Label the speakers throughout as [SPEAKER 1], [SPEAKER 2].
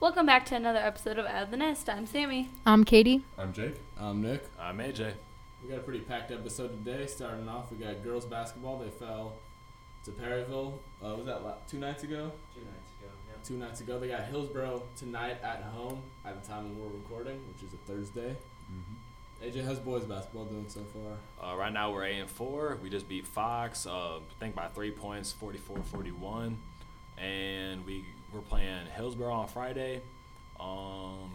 [SPEAKER 1] Welcome back to another episode of Out of the Nest. I'm Sammy.
[SPEAKER 2] I'm Um, Katie.
[SPEAKER 3] I'm Jake.
[SPEAKER 4] I'm Nick.
[SPEAKER 5] I'm AJ.
[SPEAKER 6] We got a pretty packed episode today. Starting off, we got girls basketball. They fell to Perryville. Uh, was that la- two nights ago?
[SPEAKER 7] Two nights ago. Yeah.
[SPEAKER 6] Two nights ago. They got Hillsboro tonight at home at the time when we're recording, which is a Thursday.
[SPEAKER 4] Mm-hmm.
[SPEAKER 6] AJ, how's boys basketball doing so far?
[SPEAKER 5] Uh, right now we're eight and four. We just beat Fox, uh, I think by three points, 44-41, and we we're playing Hillsborough on Friday. Um,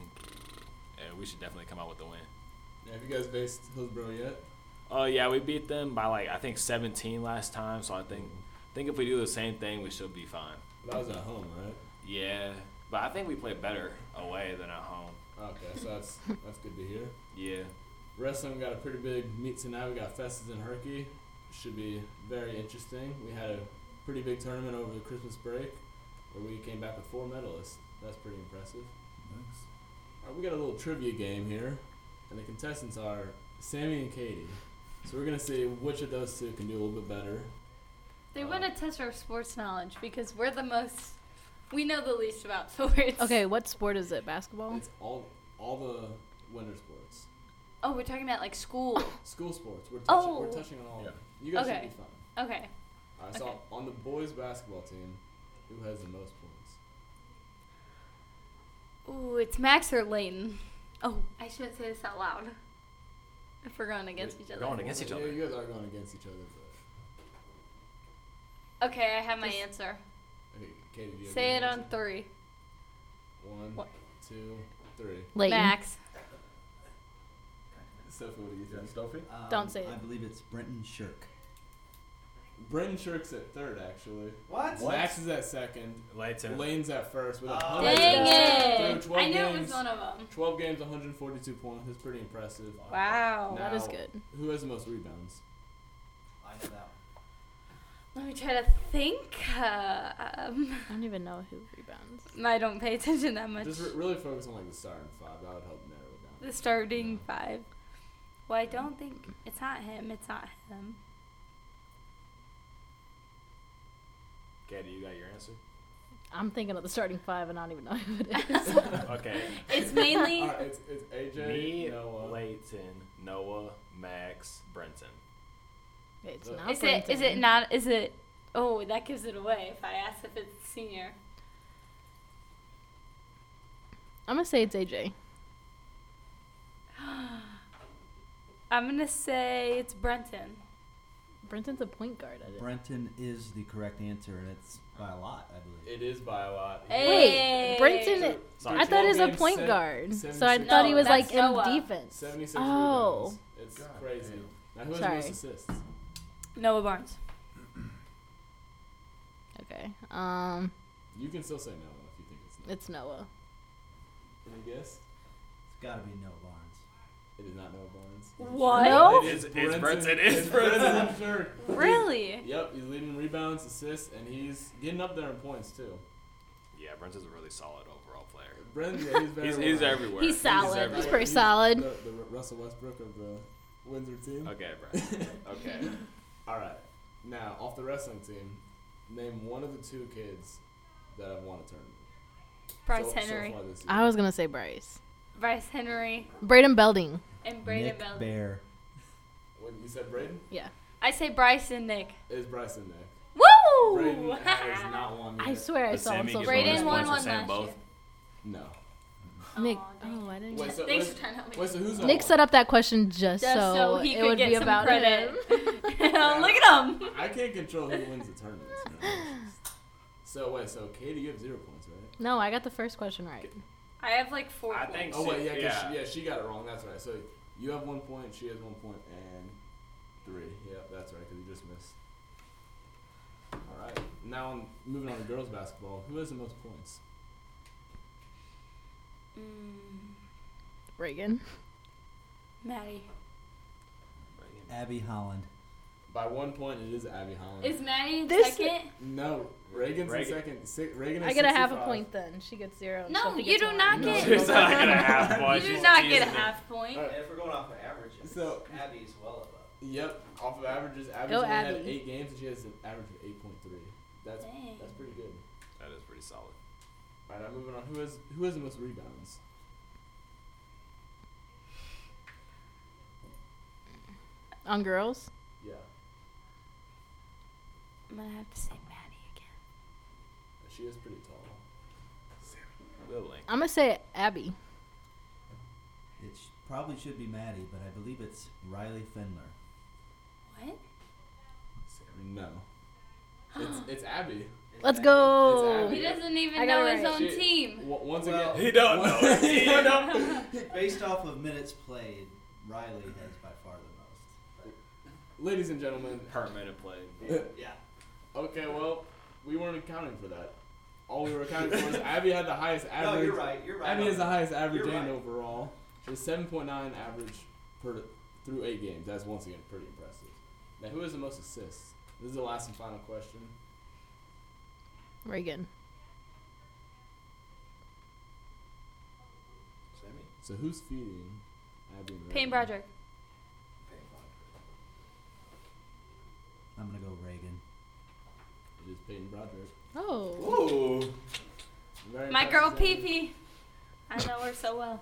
[SPEAKER 5] and we should definitely come out with the win.
[SPEAKER 6] Yeah, have you guys faced Hillsboro yet?
[SPEAKER 5] Oh yeah, we beat them by like I think 17 last time, so I think I think if we do the same thing, we should be fine.
[SPEAKER 6] That was at home, right?
[SPEAKER 5] Yeah, but I think we play better away than at home.
[SPEAKER 6] Okay, so that's that's good to hear.
[SPEAKER 5] Yeah.
[SPEAKER 6] Wrestling we got a pretty big meet tonight. We got Festus and Herky. Should be very interesting. We had a pretty big tournament over the Christmas break where we came back with four medalists. That's pretty impressive. All right, we got a little trivia game here, and the contestants are Sammy and Katie. So we're gonna see which of those two can do a little bit better.
[SPEAKER 1] They
[SPEAKER 6] Uh,
[SPEAKER 1] want to test our sports knowledge because we're the most, we know the least about sports.
[SPEAKER 2] Okay, what sport is it? Basketball?
[SPEAKER 6] It's all all the winter sports,
[SPEAKER 1] Oh, we're talking about like school.
[SPEAKER 6] school sports. We're touching,
[SPEAKER 1] Oh.
[SPEAKER 6] we're touching on all. of
[SPEAKER 3] Yeah.
[SPEAKER 6] them. You guys
[SPEAKER 1] Okay.
[SPEAKER 6] should be fine.
[SPEAKER 1] okay.
[SPEAKER 6] All right, so
[SPEAKER 1] Okay.
[SPEAKER 6] on the boys basketball team, who has the most points?
[SPEAKER 1] Ooh, it's Max or Layton. Oh, I shouldn't say this out loud. If we're going against each other.
[SPEAKER 5] Going against each
[SPEAKER 6] yeah,
[SPEAKER 5] other.
[SPEAKER 6] you guys are going against each other. But,
[SPEAKER 1] Okay, I have my
[SPEAKER 2] Just-
[SPEAKER 1] answer.
[SPEAKER 6] okay, Katie, do you have
[SPEAKER 1] Say
[SPEAKER 6] your
[SPEAKER 1] it on
[SPEAKER 6] answer?
[SPEAKER 1] three.
[SPEAKER 6] One,
[SPEAKER 1] What?
[SPEAKER 6] two, three.
[SPEAKER 2] Layton.
[SPEAKER 1] Max.
[SPEAKER 6] Sophie, what do you think?
[SPEAKER 3] Stuffy?
[SPEAKER 7] Um,
[SPEAKER 2] Don't say
[SPEAKER 7] I
[SPEAKER 2] it.
[SPEAKER 7] believe it's Brenton Shirk.
[SPEAKER 6] Brendan Shirk's at third, actually.
[SPEAKER 7] What?
[SPEAKER 6] Max is at second.
[SPEAKER 5] Leighton.
[SPEAKER 6] Lane's at first with a
[SPEAKER 7] Oh.
[SPEAKER 6] hundred.
[SPEAKER 1] Dang
[SPEAKER 6] games.
[SPEAKER 1] it!
[SPEAKER 6] Through 12
[SPEAKER 1] I knew
[SPEAKER 6] games,
[SPEAKER 1] it was one of them.
[SPEAKER 6] 12 games, 142 points. That's pretty impressive.
[SPEAKER 1] Wow.
[SPEAKER 2] That is
[SPEAKER 6] Now,
[SPEAKER 2] good.
[SPEAKER 6] Who has the most rebounds?
[SPEAKER 7] I know that.
[SPEAKER 1] Let me try to think. Uh, um,
[SPEAKER 2] I don't even know who rebounds.
[SPEAKER 1] I don't pay attention that much.
[SPEAKER 6] Just re- really focus on like the starting five. That would help narrow it down.
[SPEAKER 1] The starting five. Well, I don't think it's not him. It's not him.
[SPEAKER 5] Katie, you got your answer.
[SPEAKER 2] I'm thinking of the starting five, and I don't even know who it is.
[SPEAKER 5] Okay.
[SPEAKER 1] It's mainly.
[SPEAKER 6] All right, it's, it's AJ,
[SPEAKER 5] Me,
[SPEAKER 6] Noah.
[SPEAKER 5] Leighton, Noah, Max, Brenton.
[SPEAKER 2] it's
[SPEAKER 6] Uh,
[SPEAKER 2] not
[SPEAKER 1] is it? Is it
[SPEAKER 2] Brenton.
[SPEAKER 1] not? Is it? Oh, that gives it away. If I ask if it's senior.
[SPEAKER 2] I'm gonna say it's AJ.
[SPEAKER 1] I'm gonna say it's Brenton.
[SPEAKER 2] Brenton's a point guard. I didn't.
[SPEAKER 7] Brenton is the correct answer, and it's by a lot, I believe.
[SPEAKER 6] It is by a lot.
[SPEAKER 1] Hey.
[SPEAKER 2] Brenton-
[SPEAKER 5] Sorry.
[SPEAKER 2] I thought he was a
[SPEAKER 6] Games,
[SPEAKER 2] point
[SPEAKER 6] seven-
[SPEAKER 2] guard, so I
[SPEAKER 6] 76
[SPEAKER 2] thought he was
[SPEAKER 1] rebounds.
[SPEAKER 2] like
[SPEAKER 1] No,
[SPEAKER 2] in
[SPEAKER 1] that's Noah.
[SPEAKER 2] defense.
[SPEAKER 6] 76
[SPEAKER 2] Oh,
[SPEAKER 6] rebounds. It's
[SPEAKER 3] God
[SPEAKER 6] crazy.
[SPEAKER 3] damn.
[SPEAKER 6] Now, who has
[SPEAKER 2] Sorry.
[SPEAKER 6] the most assists?
[SPEAKER 1] Noah Barnes.
[SPEAKER 2] okay. Um,
[SPEAKER 6] You can still say no if you think it's no.
[SPEAKER 2] it's Noah.
[SPEAKER 6] Any
[SPEAKER 7] It's
[SPEAKER 6] guess?
[SPEAKER 7] got to be Noah Barnes.
[SPEAKER 6] It is not Noah Barnes.
[SPEAKER 1] What?
[SPEAKER 2] No?
[SPEAKER 5] It is- it's Brenton, it's
[SPEAKER 6] Brenton. Sure.
[SPEAKER 1] Really?
[SPEAKER 6] Yep, he's leading rebounds, assists, and he's getting up there in points too.
[SPEAKER 5] Yeah, Brenton's a really solid overall player.
[SPEAKER 6] Brenton, yeah, he's very
[SPEAKER 5] He's,
[SPEAKER 6] well.
[SPEAKER 5] he's everywhere.
[SPEAKER 1] He's solid.
[SPEAKER 5] everywhere.
[SPEAKER 2] He's pretty solid.
[SPEAKER 6] The, the Russell Westbrook of the Windsor team.
[SPEAKER 5] Okay, Brenton. Okay.
[SPEAKER 6] All right. Now, off the wrestling team, name one of the two kids that have won a tournament.
[SPEAKER 1] Bryce
[SPEAKER 6] so,
[SPEAKER 1] Henry.
[SPEAKER 6] So far this year.
[SPEAKER 2] I was gonna say Bryce.
[SPEAKER 1] Bryce Henry
[SPEAKER 2] Braden Belding.
[SPEAKER 1] and Braden
[SPEAKER 7] Nick
[SPEAKER 1] Bell.
[SPEAKER 7] Bear.
[SPEAKER 6] When you said Braden,
[SPEAKER 2] Yeah.
[SPEAKER 1] I say Bryce and Nick.
[SPEAKER 6] is Bryson there?
[SPEAKER 1] Woo!
[SPEAKER 6] Braden has not won yet.
[SPEAKER 2] I swear I
[SPEAKER 5] Does
[SPEAKER 2] saw him.
[SPEAKER 5] Sammy
[SPEAKER 2] So
[SPEAKER 5] get
[SPEAKER 1] Braden
[SPEAKER 5] bonus
[SPEAKER 1] won
[SPEAKER 5] points for
[SPEAKER 1] one
[SPEAKER 5] saying
[SPEAKER 1] last
[SPEAKER 5] both?
[SPEAKER 1] year.
[SPEAKER 6] No.
[SPEAKER 2] Nick.
[SPEAKER 1] Aw, dang.
[SPEAKER 2] Oh, I didn't.
[SPEAKER 6] Wait, so,
[SPEAKER 1] Thanks
[SPEAKER 6] wait,
[SPEAKER 1] for trying to help me.
[SPEAKER 6] wait, so who's on
[SPEAKER 2] Nick
[SPEAKER 6] one?
[SPEAKER 2] set up that question just,
[SPEAKER 1] Just so, he
[SPEAKER 2] it
[SPEAKER 1] could
[SPEAKER 2] would
[SPEAKER 1] get
[SPEAKER 2] be
[SPEAKER 1] some
[SPEAKER 2] about
[SPEAKER 1] credit.
[SPEAKER 2] him.
[SPEAKER 1] Look at him.
[SPEAKER 6] I can't control who wins the tournament. so wait, so Katie, you have zero points, right?
[SPEAKER 2] No, I got the first question right.
[SPEAKER 1] I have like four.
[SPEAKER 5] I
[SPEAKER 1] points.
[SPEAKER 5] think
[SPEAKER 6] Oh wait, yeah, 'cause
[SPEAKER 5] Yeah.
[SPEAKER 6] She, yeah, she got it wrong. That's right. So you have one point, she has one point, and three. Yep, that's right, 'cause you just missed. All right, now I'm moving on to girls basketball. Who has the most points?
[SPEAKER 1] Mm,
[SPEAKER 2] Reagan.
[SPEAKER 1] Maddie.
[SPEAKER 7] Abby Holland.
[SPEAKER 6] By one point, it is Abby Holland.
[SPEAKER 1] Is Maddie in
[SPEAKER 2] This-
[SPEAKER 1] second?
[SPEAKER 6] no, Reagan's
[SPEAKER 5] Reagan-
[SPEAKER 6] in second. Si- Reagan. Is
[SPEAKER 2] I get a half a
[SPEAKER 6] 65.
[SPEAKER 2] point then. She gets zero. and
[SPEAKER 1] No,
[SPEAKER 2] Sophie
[SPEAKER 1] you
[SPEAKER 2] gets
[SPEAKER 1] do
[SPEAKER 2] one.
[SPEAKER 1] not
[SPEAKER 6] No.
[SPEAKER 1] get.
[SPEAKER 5] She's not gonna have one.
[SPEAKER 1] you do
[SPEAKER 5] She's
[SPEAKER 1] not get a
[SPEAKER 5] teasing me.
[SPEAKER 1] half point.
[SPEAKER 6] All right.
[SPEAKER 7] If we're going off of average,
[SPEAKER 6] So-
[SPEAKER 7] Abby's well above.
[SPEAKER 6] Yep, off of averages, Abby's
[SPEAKER 2] Go
[SPEAKER 6] only had
[SPEAKER 2] Abby.
[SPEAKER 6] eight games, and she has an average of eight point three. That's
[SPEAKER 1] Dang.
[SPEAKER 6] that's pretty good.
[SPEAKER 5] That is pretty solid.
[SPEAKER 6] All right, I'm moving on. Who has who has the most rebounds?
[SPEAKER 2] On girls?
[SPEAKER 6] Yeah,
[SPEAKER 1] I'm gonna have to say Maddie again.
[SPEAKER 6] she is pretty tall.
[SPEAKER 5] Will Link.
[SPEAKER 2] I'm gonna say Abby.
[SPEAKER 7] It sh- probably should be Maddie, but I believe it's Riley Findler.
[SPEAKER 1] What?
[SPEAKER 6] No, it's it's Abby.
[SPEAKER 2] Let's
[SPEAKER 6] It's
[SPEAKER 2] go.
[SPEAKER 6] Abby.
[SPEAKER 1] He doesn't even
[SPEAKER 2] I got
[SPEAKER 1] know
[SPEAKER 2] it
[SPEAKER 1] his
[SPEAKER 2] right.
[SPEAKER 1] own
[SPEAKER 6] She-
[SPEAKER 1] team.
[SPEAKER 6] w- once
[SPEAKER 7] Well-
[SPEAKER 6] again,
[SPEAKER 5] He don't know.
[SPEAKER 6] he don't know.
[SPEAKER 7] Based off of minutes played, Riley has by far the most.
[SPEAKER 6] Ladies and gentlemen.
[SPEAKER 5] Per minute play.
[SPEAKER 7] But, yeah.
[SPEAKER 6] Okay, well, we weren't accounting for that. All we were accounting for is Abby had the highest average.
[SPEAKER 7] No, you're right. You're right.
[SPEAKER 6] Abby has the highest average
[SPEAKER 7] You're
[SPEAKER 6] and
[SPEAKER 7] right.
[SPEAKER 6] overall. She has 7.9 average per through eight games. That's once again pretty impressive. Now, who has the most assists? This is the last and final question.
[SPEAKER 2] Reagan.
[SPEAKER 5] Sammy.
[SPEAKER 6] So, who's feeding Abby and
[SPEAKER 1] Payne
[SPEAKER 6] Reagan?
[SPEAKER 1] Broderick.
[SPEAKER 7] I'm gonna go Reagan.
[SPEAKER 6] It is Peyton Broderick.
[SPEAKER 2] Oh.
[SPEAKER 5] Ooh.
[SPEAKER 6] Very
[SPEAKER 1] My girl Pee
[SPEAKER 6] impressive.
[SPEAKER 1] Pee. I know her so well.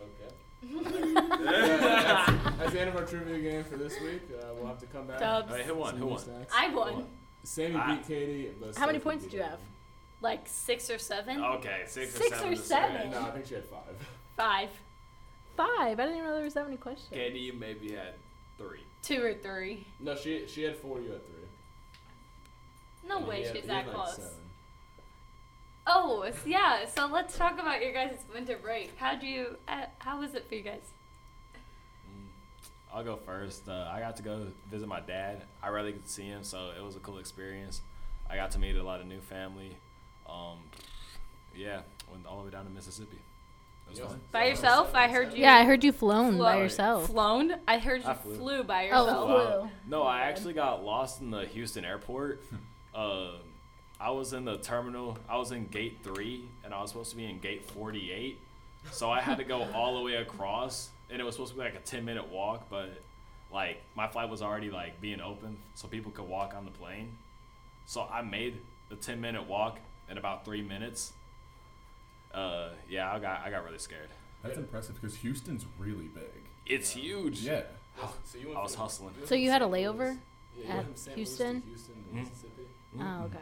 [SPEAKER 6] Okay. that's, that's the end of our trivia game for this week. Uh, we'll have to come back.
[SPEAKER 1] Dubs.
[SPEAKER 5] All right, who won?
[SPEAKER 6] Some
[SPEAKER 5] Who
[SPEAKER 6] new
[SPEAKER 5] won?
[SPEAKER 6] stats.
[SPEAKER 1] I won.
[SPEAKER 6] Sammy
[SPEAKER 5] I-
[SPEAKER 6] beat Katie. but
[SPEAKER 2] How many
[SPEAKER 6] Sophie
[SPEAKER 2] points
[SPEAKER 6] beat
[SPEAKER 2] do you have?
[SPEAKER 6] Evan.
[SPEAKER 1] Like six or seven?
[SPEAKER 5] Okay, six,
[SPEAKER 1] Six
[SPEAKER 5] or
[SPEAKER 1] or
[SPEAKER 5] seven. to
[SPEAKER 1] seven.
[SPEAKER 6] No, I think she had five.
[SPEAKER 1] Five.
[SPEAKER 2] Five. I didn't even know there was that many questions.
[SPEAKER 5] Katie, you maybe had three.
[SPEAKER 1] Two or three.
[SPEAKER 6] No, she she had four. You had three.
[SPEAKER 1] No
[SPEAKER 6] And
[SPEAKER 1] way
[SPEAKER 6] he had-
[SPEAKER 1] she's
[SPEAKER 6] he
[SPEAKER 1] that
[SPEAKER 6] had like
[SPEAKER 1] close.
[SPEAKER 6] seven.
[SPEAKER 1] Oh, s- yeah. So let's talk about your guys' winter break. How'd you, uh, how was it for you guys?
[SPEAKER 5] I'll go first. Uh, I got to go visit my dad. I rarely get to see him, so it was a cool experience. I got to meet a lot of new family. Um, yeah, went all the way down to Mississippi. It was
[SPEAKER 6] Yeah.
[SPEAKER 5] fun.
[SPEAKER 1] By yourself? I heard you.
[SPEAKER 2] Yeah, I heard you flown by
[SPEAKER 1] Flown.
[SPEAKER 2] yourself.
[SPEAKER 1] Flown? I heard you
[SPEAKER 5] I flew.
[SPEAKER 1] flew by
[SPEAKER 2] Oh,
[SPEAKER 1] yourself.
[SPEAKER 5] Wow.
[SPEAKER 2] flew.
[SPEAKER 5] No, I actually got lost in the Houston airport. uh, I was in the terminal. I was in gate three, and I was supposed to be in gate forty-eight. So I had to go all the way across, and it was supposed to be like a ten-minute walk, but like my flight was already like being open, so people could walk on the plane. So I made the ten-minute walk in about three minutes. Uh, yeah, I got I got really scared.
[SPEAKER 3] That's impressive because Houston's really big.
[SPEAKER 5] It's huge.
[SPEAKER 3] Yeah.
[SPEAKER 6] So you went
[SPEAKER 5] I was
[SPEAKER 6] from-
[SPEAKER 5] hustling.
[SPEAKER 6] went
[SPEAKER 2] So
[SPEAKER 6] from
[SPEAKER 2] you had a
[SPEAKER 6] St. Louis-
[SPEAKER 2] layover
[SPEAKER 6] yeah, you
[SPEAKER 2] at
[SPEAKER 6] went from St. Louis to
[SPEAKER 2] Houston?
[SPEAKER 6] Houston to
[SPEAKER 5] Mhm.
[SPEAKER 6] Mississippi.
[SPEAKER 2] Oh, okay.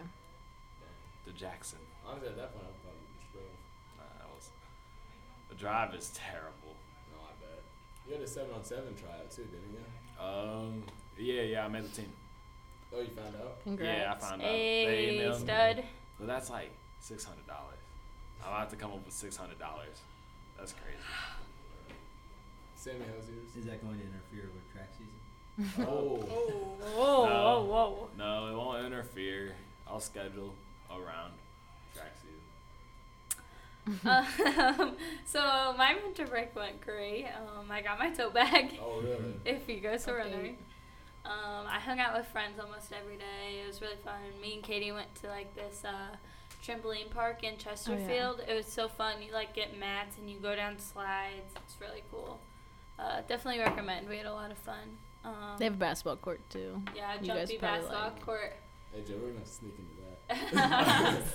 [SPEAKER 5] The Jackson.
[SPEAKER 6] Honestly, at that point, I would probably just drove.
[SPEAKER 5] Nah, that was the drive is terrible.
[SPEAKER 6] No, I bet. You had a seven on seven tryout too, didn't you?
[SPEAKER 5] Um, yeah, yeah, I made the team.
[SPEAKER 6] Oh, you found out.
[SPEAKER 2] Congrats.
[SPEAKER 5] Yeah, I found out. They
[SPEAKER 1] Hey,
[SPEAKER 5] emailed me.
[SPEAKER 1] stud.
[SPEAKER 5] But that's like six hundred dollars. I'm gonna have to come up with six hundred dollars. That's crazy.
[SPEAKER 6] Sammy, how's yours?
[SPEAKER 7] Is that going to interfere with track season?
[SPEAKER 6] oh,
[SPEAKER 1] Oh, whoa, whoa,
[SPEAKER 5] No.
[SPEAKER 1] whoa.
[SPEAKER 5] No, it won't interfere. I'll schedule around track season.
[SPEAKER 1] um, so my winter break went great. Um, I got my tote bag.
[SPEAKER 6] oh, really?
[SPEAKER 1] If you go to
[SPEAKER 2] Okay.
[SPEAKER 1] runner. Um, I hung out with friends almost every day. It was really fun. Me and Katie went to like this uh, trampoline park
[SPEAKER 2] Oh,
[SPEAKER 1] in Chesterfield. It was so fun. You like get mats and you go down slides. It's really cool. Uh, definitely recommend. We had a lot of fun. Um,
[SPEAKER 2] They have a basketball court too.
[SPEAKER 1] yeah,
[SPEAKER 2] you guys
[SPEAKER 1] jumpy
[SPEAKER 2] probably
[SPEAKER 1] basketball
[SPEAKER 2] like-
[SPEAKER 1] court.
[SPEAKER 6] Hey, Joe, we're gonna have to sneak into that.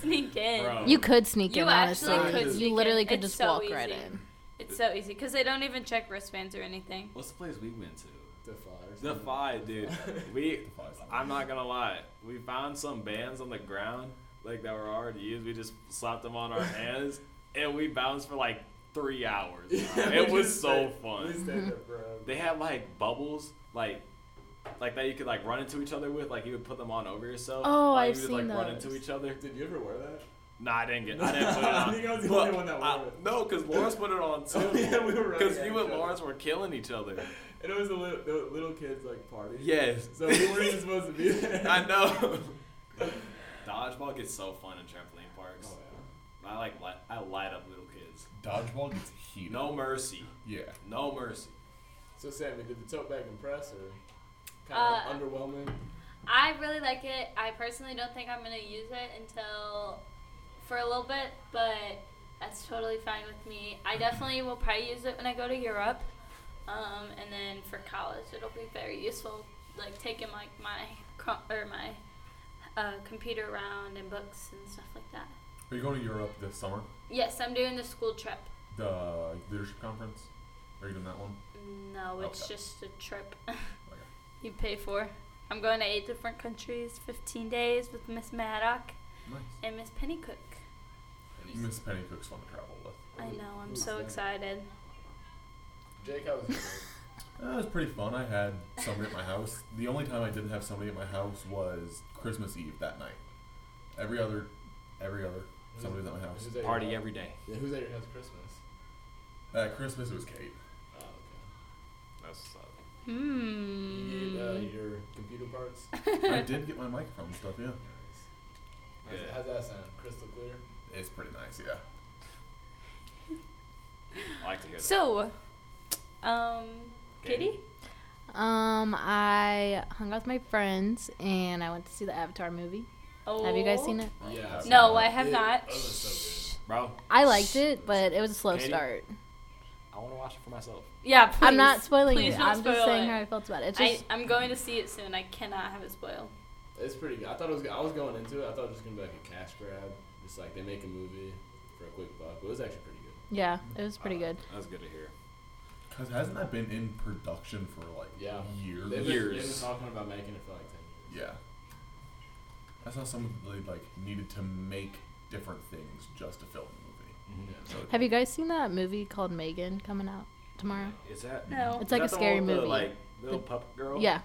[SPEAKER 1] Sneak in.
[SPEAKER 5] Bro.
[SPEAKER 2] You could sneak
[SPEAKER 1] You
[SPEAKER 2] in,
[SPEAKER 1] actually
[SPEAKER 2] honestly.
[SPEAKER 6] could
[SPEAKER 2] you
[SPEAKER 1] sneak
[SPEAKER 2] literally
[SPEAKER 1] in.
[SPEAKER 2] could
[SPEAKER 1] It's
[SPEAKER 2] just
[SPEAKER 1] so
[SPEAKER 2] walk right
[SPEAKER 1] easy.
[SPEAKER 2] in.
[SPEAKER 1] It's so easy because they don't even check wristbands or anything.
[SPEAKER 5] What's the place we went to?
[SPEAKER 6] Defy. or
[SPEAKER 5] The
[SPEAKER 6] something.
[SPEAKER 5] five, dude. We,
[SPEAKER 3] Defy's not
[SPEAKER 5] I'm not gonna lie. We found some bands on the ground like that were already used. We just slapped them on our hands, and we bounced for like three hours. it
[SPEAKER 6] We
[SPEAKER 5] was
[SPEAKER 6] just
[SPEAKER 5] so
[SPEAKER 6] stayed-
[SPEAKER 5] fun.
[SPEAKER 6] We stayed there forever.
[SPEAKER 5] They had like bubbles, like like that you could like run into each other with. Like you would put them on over yourself.
[SPEAKER 2] Oh,
[SPEAKER 5] like,
[SPEAKER 2] I've
[SPEAKER 5] you would,
[SPEAKER 2] seen
[SPEAKER 5] like run
[SPEAKER 2] those.
[SPEAKER 5] into each other.
[SPEAKER 6] Did you ever wear that?
[SPEAKER 5] Nah, I didn't get. I didn't put it on.
[SPEAKER 6] I think I was the
[SPEAKER 5] But
[SPEAKER 6] only one that wore
[SPEAKER 5] I-
[SPEAKER 6] it. Oh,
[SPEAKER 5] No, because Lawrence put it on too.
[SPEAKER 6] yeah, we were running
[SPEAKER 5] Because
[SPEAKER 6] at
[SPEAKER 5] you
[SPEAKER 6] each
[SPEAKER 5] and
[SPEAKER 6] other.
[SPEAKER 5] Lawrence were killing each other.
[SPEAKER 6] And it was a little, the little kids like party.
[SPEAKER 5] Yes.
[SPEAKER 6] So we weren't even supposed to be there.
[SPEAKER 5] I know. Dodgeball gets so fun in trampoline parks.
[SPEAKER 6] Oh, yeah.
[SPEAKER 5] I like li- I light up little kids.
[SPEAKER 3] Dodgeball gets heated.
[SPEAKER 5] No mercy.
[SPEAKER 3] Yeah.
[SPEAKER 5] No mercy.
[SPEAKER 6] So Sammy, did the tote bag impress or
[SPEAKER 2] Uh,
[SPEAKER 6] kind of underwhelming?
[SPEAKER 1] I really like it. I personally don't think I'm gonna use it until for a little bit, but that's totally fine with me. I definitely will probably use it when I go to Europe, um, and then for college, it'll be very useful. Like taking like my co- or my uh, computer around and books and stuff like that.
[SPEAKER 3] Are you going to Europe this summer?
[SPEAKER 1] Yes, I'm doing the school trip.
[SPEAKER 3] The leadership conference? Are you doing that one?
[SPEAKER 1] No, it's
[SPEAKER 3] Okay.
[SPEAKER 1] just a trip you pay for. I'm going to eight different countries, 15 days with Miss Maddock
[SPEAKER 3] Nice.
[SPEAKER 1] and Miss Pennycook.
[SPEAKER 3] Miss Pennycook's fun to travel with.
[SPEAKER 1] I know, I'm
[SPEAKER 6] Who's
[SPEAKER 1] so
[SPEAKER 6] that?
[SPEAKER 1] excited.
[SPEAKER 6] Jake, how was it?
[SPEAKER 3] That Uh, was pretty fun. I had somebody at my house. The only time I didn't have somebody at my house was Christmas Eve that night. Every other, every other, somebody was at my house.
[SPEAKER 6] Who's at your
[SPEAKER 5] Party
[SPEAKER 6] house?
[SPEAKER 5] every day.
[SPEAKER 6] Yeah, who's at your house Christmas?
[SPEAKER 3] At Christmas it was Kate.
[SPEAKER 6] Oh, okay.
[SPEAKER 5] That's uh,
[SPEAKER 6] You
[SPEAKER 1] Hmm.
[SPEAKER 6] get uh, your computer parts.
[SPEAKER 3] I did get my microphone and stuff. Yeah,
[SPEAKER 6] Nice.
[SPEAKER 5] Yeah.
[SPEAKER 6] How's, how's that sound? Crystal clear?
[SPEAKER 3] it's pretty nice. Yeah.
[SPEAKER 5] I like to hear that.
[SPEAKER 1] So, um, Katie?
[SPEAKER 2] Um, I hung out with my friends and I went to see the Avatar movie.
[SPEAKER 1] Oh.
[SPEAKER 2] Have you guys seen it?
[SPEAKER 6] Yeah.
[SPEAKER 3] I've
[SPEAKER 1] No,
[SPEAKER 3] seen it.
[SPEAKER 1] I have
[SPEAKER 6] It-
[SPEAKER 1] not.
[SPEAKER 6] Oh, that's so
[SPEAKER 5] bro,
[SPEAKER 2] I liked it, but it was a slow
[SPEAKER 5] Katie?
[SPEAKER 2] start.
[SPEAKER 5] I want to watch it for myself.
[SPEAKER 1] Yeah, please.
[SPEAKER 2] I'm not spoiling
[SPEAKER 1] Please
[SPEAKER 2] it.
[SPEAKER 1] don't
[SPEAKER 2] I'm just
[SPEAKER 1] spoil
[SPEAKER 2] saying
[SPEAKER 1] it.
[SPEAKER 2] how I felt about it. It's
[SPEAKER 1] I,
[SPEAKER 2] just
[SPEAKER 1] I'm going to see it soon. I cannot have it spoiled.
[SPEAKER 6] good. It's pretty good. I thought it was. I was going into it. I thought it was just gonna be like a cash grab. Just like they make a movie for a quick buck. But it was actually pretty good.
[SPEAKER 2] yeah, it was pretty
[SPEAKER 6] Uh,
[SPEAKER 2] good.
[SPEAKER 5] That's good to hear.
[SPEAKER 3] Cause hasn't that been in production for like
[SPEAKER 6] Yeah.
[SPEAKER 3] years?
[SPEAKER 6] They've been, They've been
[SPEAKER 5] Years.
[SPEAKER 6] talking about making it for like ten years.
[SPEAKER 3] Yeah. I saw someone really, like needed to make different things just to film the
[SPEAKER 5] Mm-hmm.
[SPEAKER 3] movie.
[SPEAKER 6] Yeah.
[SPEAKER 3] So-
[SPEAKER 2] Have you guys seen that movie called Megan coming out tomorrow?
[SPEAKER 5] Is that?
[SPEAKER 1] No.
[SPEAKER 2] It's like a
[SPEAKER 5] Is that the
[SPEAKER 2] scary
[SPEAKER 5] one with
[SPEAKER 2] movie.
[SPEAKER 5] The, like little puppet girl.
[SPEAKER 2] Yeah,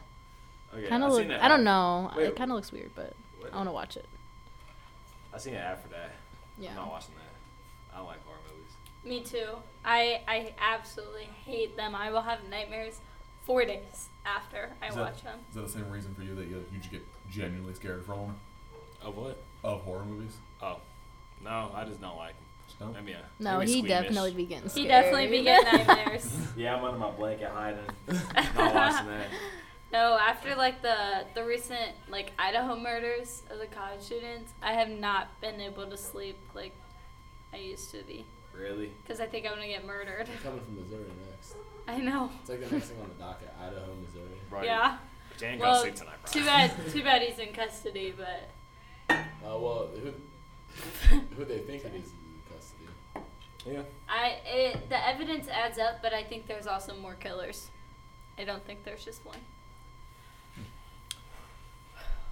[SPEAKER 5] Okay,
[SPEAKER 2] kind
[SPEAKER 5] I
[SPEAKER 2] of
[SPEAKER 5] seen
[SPEAKER 2] look.
[SPEAKER 5] that
[SPEAKER 2] I don't
[SPEAKER 5] ad-
[SPEAKER 2] know.
[SPEAKER 5] Wait.
[SPEAKER 2] it kind of looks weird, but
[SPEAKER 5] What?
[SPEAKER 2] I want to watch it.
[SPEAKER 5] I seen an ad for that.
[SPEAKER 2] Yeah.
[SPEAKER 5] I'm not watching that. I don't like horror movies.
[SPEAKER 1] Me too. I, I absolutely hate them. I will have nightmares four days after I
[SPEAKER 3] Is that-
[SPEAKER 1] watch them.
[SPEAKER 3] Is that the same reason for you that you, you just get genuinely scared from 'em?
[SPEAKER 5] Of what?
[SPEAKER 3] of horror movies?
[SPEAKER 5] Oh, no, I just don't like them.
[SPEAKER 3] Just no?
[SPEAKER 5] I mean, uh,
[SPEAKER 2] No,
[SPEAKER 5] maybe
[SPEAKER 2] he
[SPEAKER 5] squeamish.
[SPEAKER 2] definitely be getting
[SPEAKER 1] He
[SPEAKER 2] scared.
[SPEAKER 1] definitely be getting nightmares.
[SPEAKER 5] Yeah, I'm under my blanket hiding. not watching that.
[SPEAKER 1] No, after like the the recent like Idaho murders of the college students, I have not been able to sleep like I used to be
[SPEAKER 5] Really?
[SPEAKER 1] because I think I'm gonna get murdered.
[SPEAKER 6] They're coming from Missouri next.
[SPEAKER 1] I know.
[SPEAKER 6] It's like the next thing on the docket. Idaho, Missouri.
[SPEAKER 5] Bro,
[SPEAKER 1] Yeah.
[SPEAKER 5] Jane ain't
[SPEAKER 1] Well,
[SPEAKER 5] gonna sleep tonight, bro.
[SPEAKER 1] Too bad. Too bad he's in custody, but
[SPEAKER 6] Uh, well, who who they think it is is in custody?
[SPEAKER 5] Yeah.
[SPEAKER 1] I it, the evidence adds up. But I think there's also more killers. I don't think there's just one.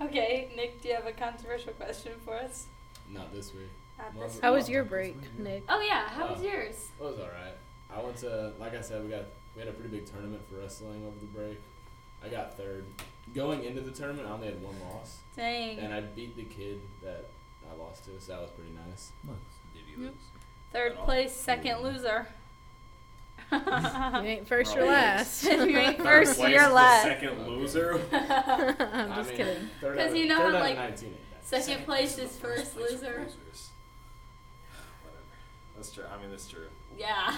[SPEAKER 1] okay, Nick, do you have a controversial question for us?
[SPEAKER 6] Not this week.
[SPEAKER 1] Not
[SPEAKER 6] Well,
[SPEAKER 1] this
[SPEAKER 2] How
[SPEAKER 1] one.
[SPEAKER 2] was your break, Nick?
[SPEAKER 1] Oh yeah, how was
[SPEAKER 6] Oh.
[SPEAKER 1] yours?
[SPEAKER 6] It was all right. I went to, like I said, we got we had a pretty big tournament for wrestling over the break. I got third. Going into the tournament, I only had one loss,
[SPEAKER 1] Dang.
[SPEAKER 6] and I beat the kid that I lost to, so that was pretty nice.
[SPEAKER 3] Nice.
[SPEAKER 5] Did you lose?
[SPEAKER 1] Third
[SPEAKER 5] At all.
[SPEAKER 1] place, second loser.
[SPEAKER 2] You ain't first or
[SPEAKER 5] Bro.
[SPEAKER 2] last.
[SPEAKER 1] If Uh-huh. you ain't first,
[SPEAKER 5] place
[SPEAKER 1] you're
[SPEAKER 5] the
[SPEAKER 1] last.
[SPEAKER 5] Second
[SPEAKER 6] Okay.
[SPEAKER 5] loser.
[SPEAKER 2] I'm
[SPEAKER 6] I
[SPEAKER 2] just
[SPEAKER 6] mean,
[SPEAKER 2] kidding.
[SPEAKER 6] third
[SPEAKER 1] 'Cause
[SPEAKER 6] out of-
[SPEAKER 1] you know
[SPEAKER 6] third
[SPEAKER 1] how,
[SPEAKER 6] out of
[SPEAKER 1] like,
[SPEAKER 6] 19 ain't bad.
[SPEAKER 1] Second place is first loser.
[SPEAKER 5] Losers. Whatever. That's true. I mean, that's true.
[SPEAKER 1] Yeah.
[SPEAKER 6] Uh,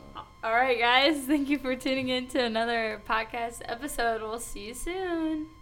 [SPEAKER 1] Mm-hmm. All right, guys. Thank you for tuning in to another podcast episode. We'll see you soon.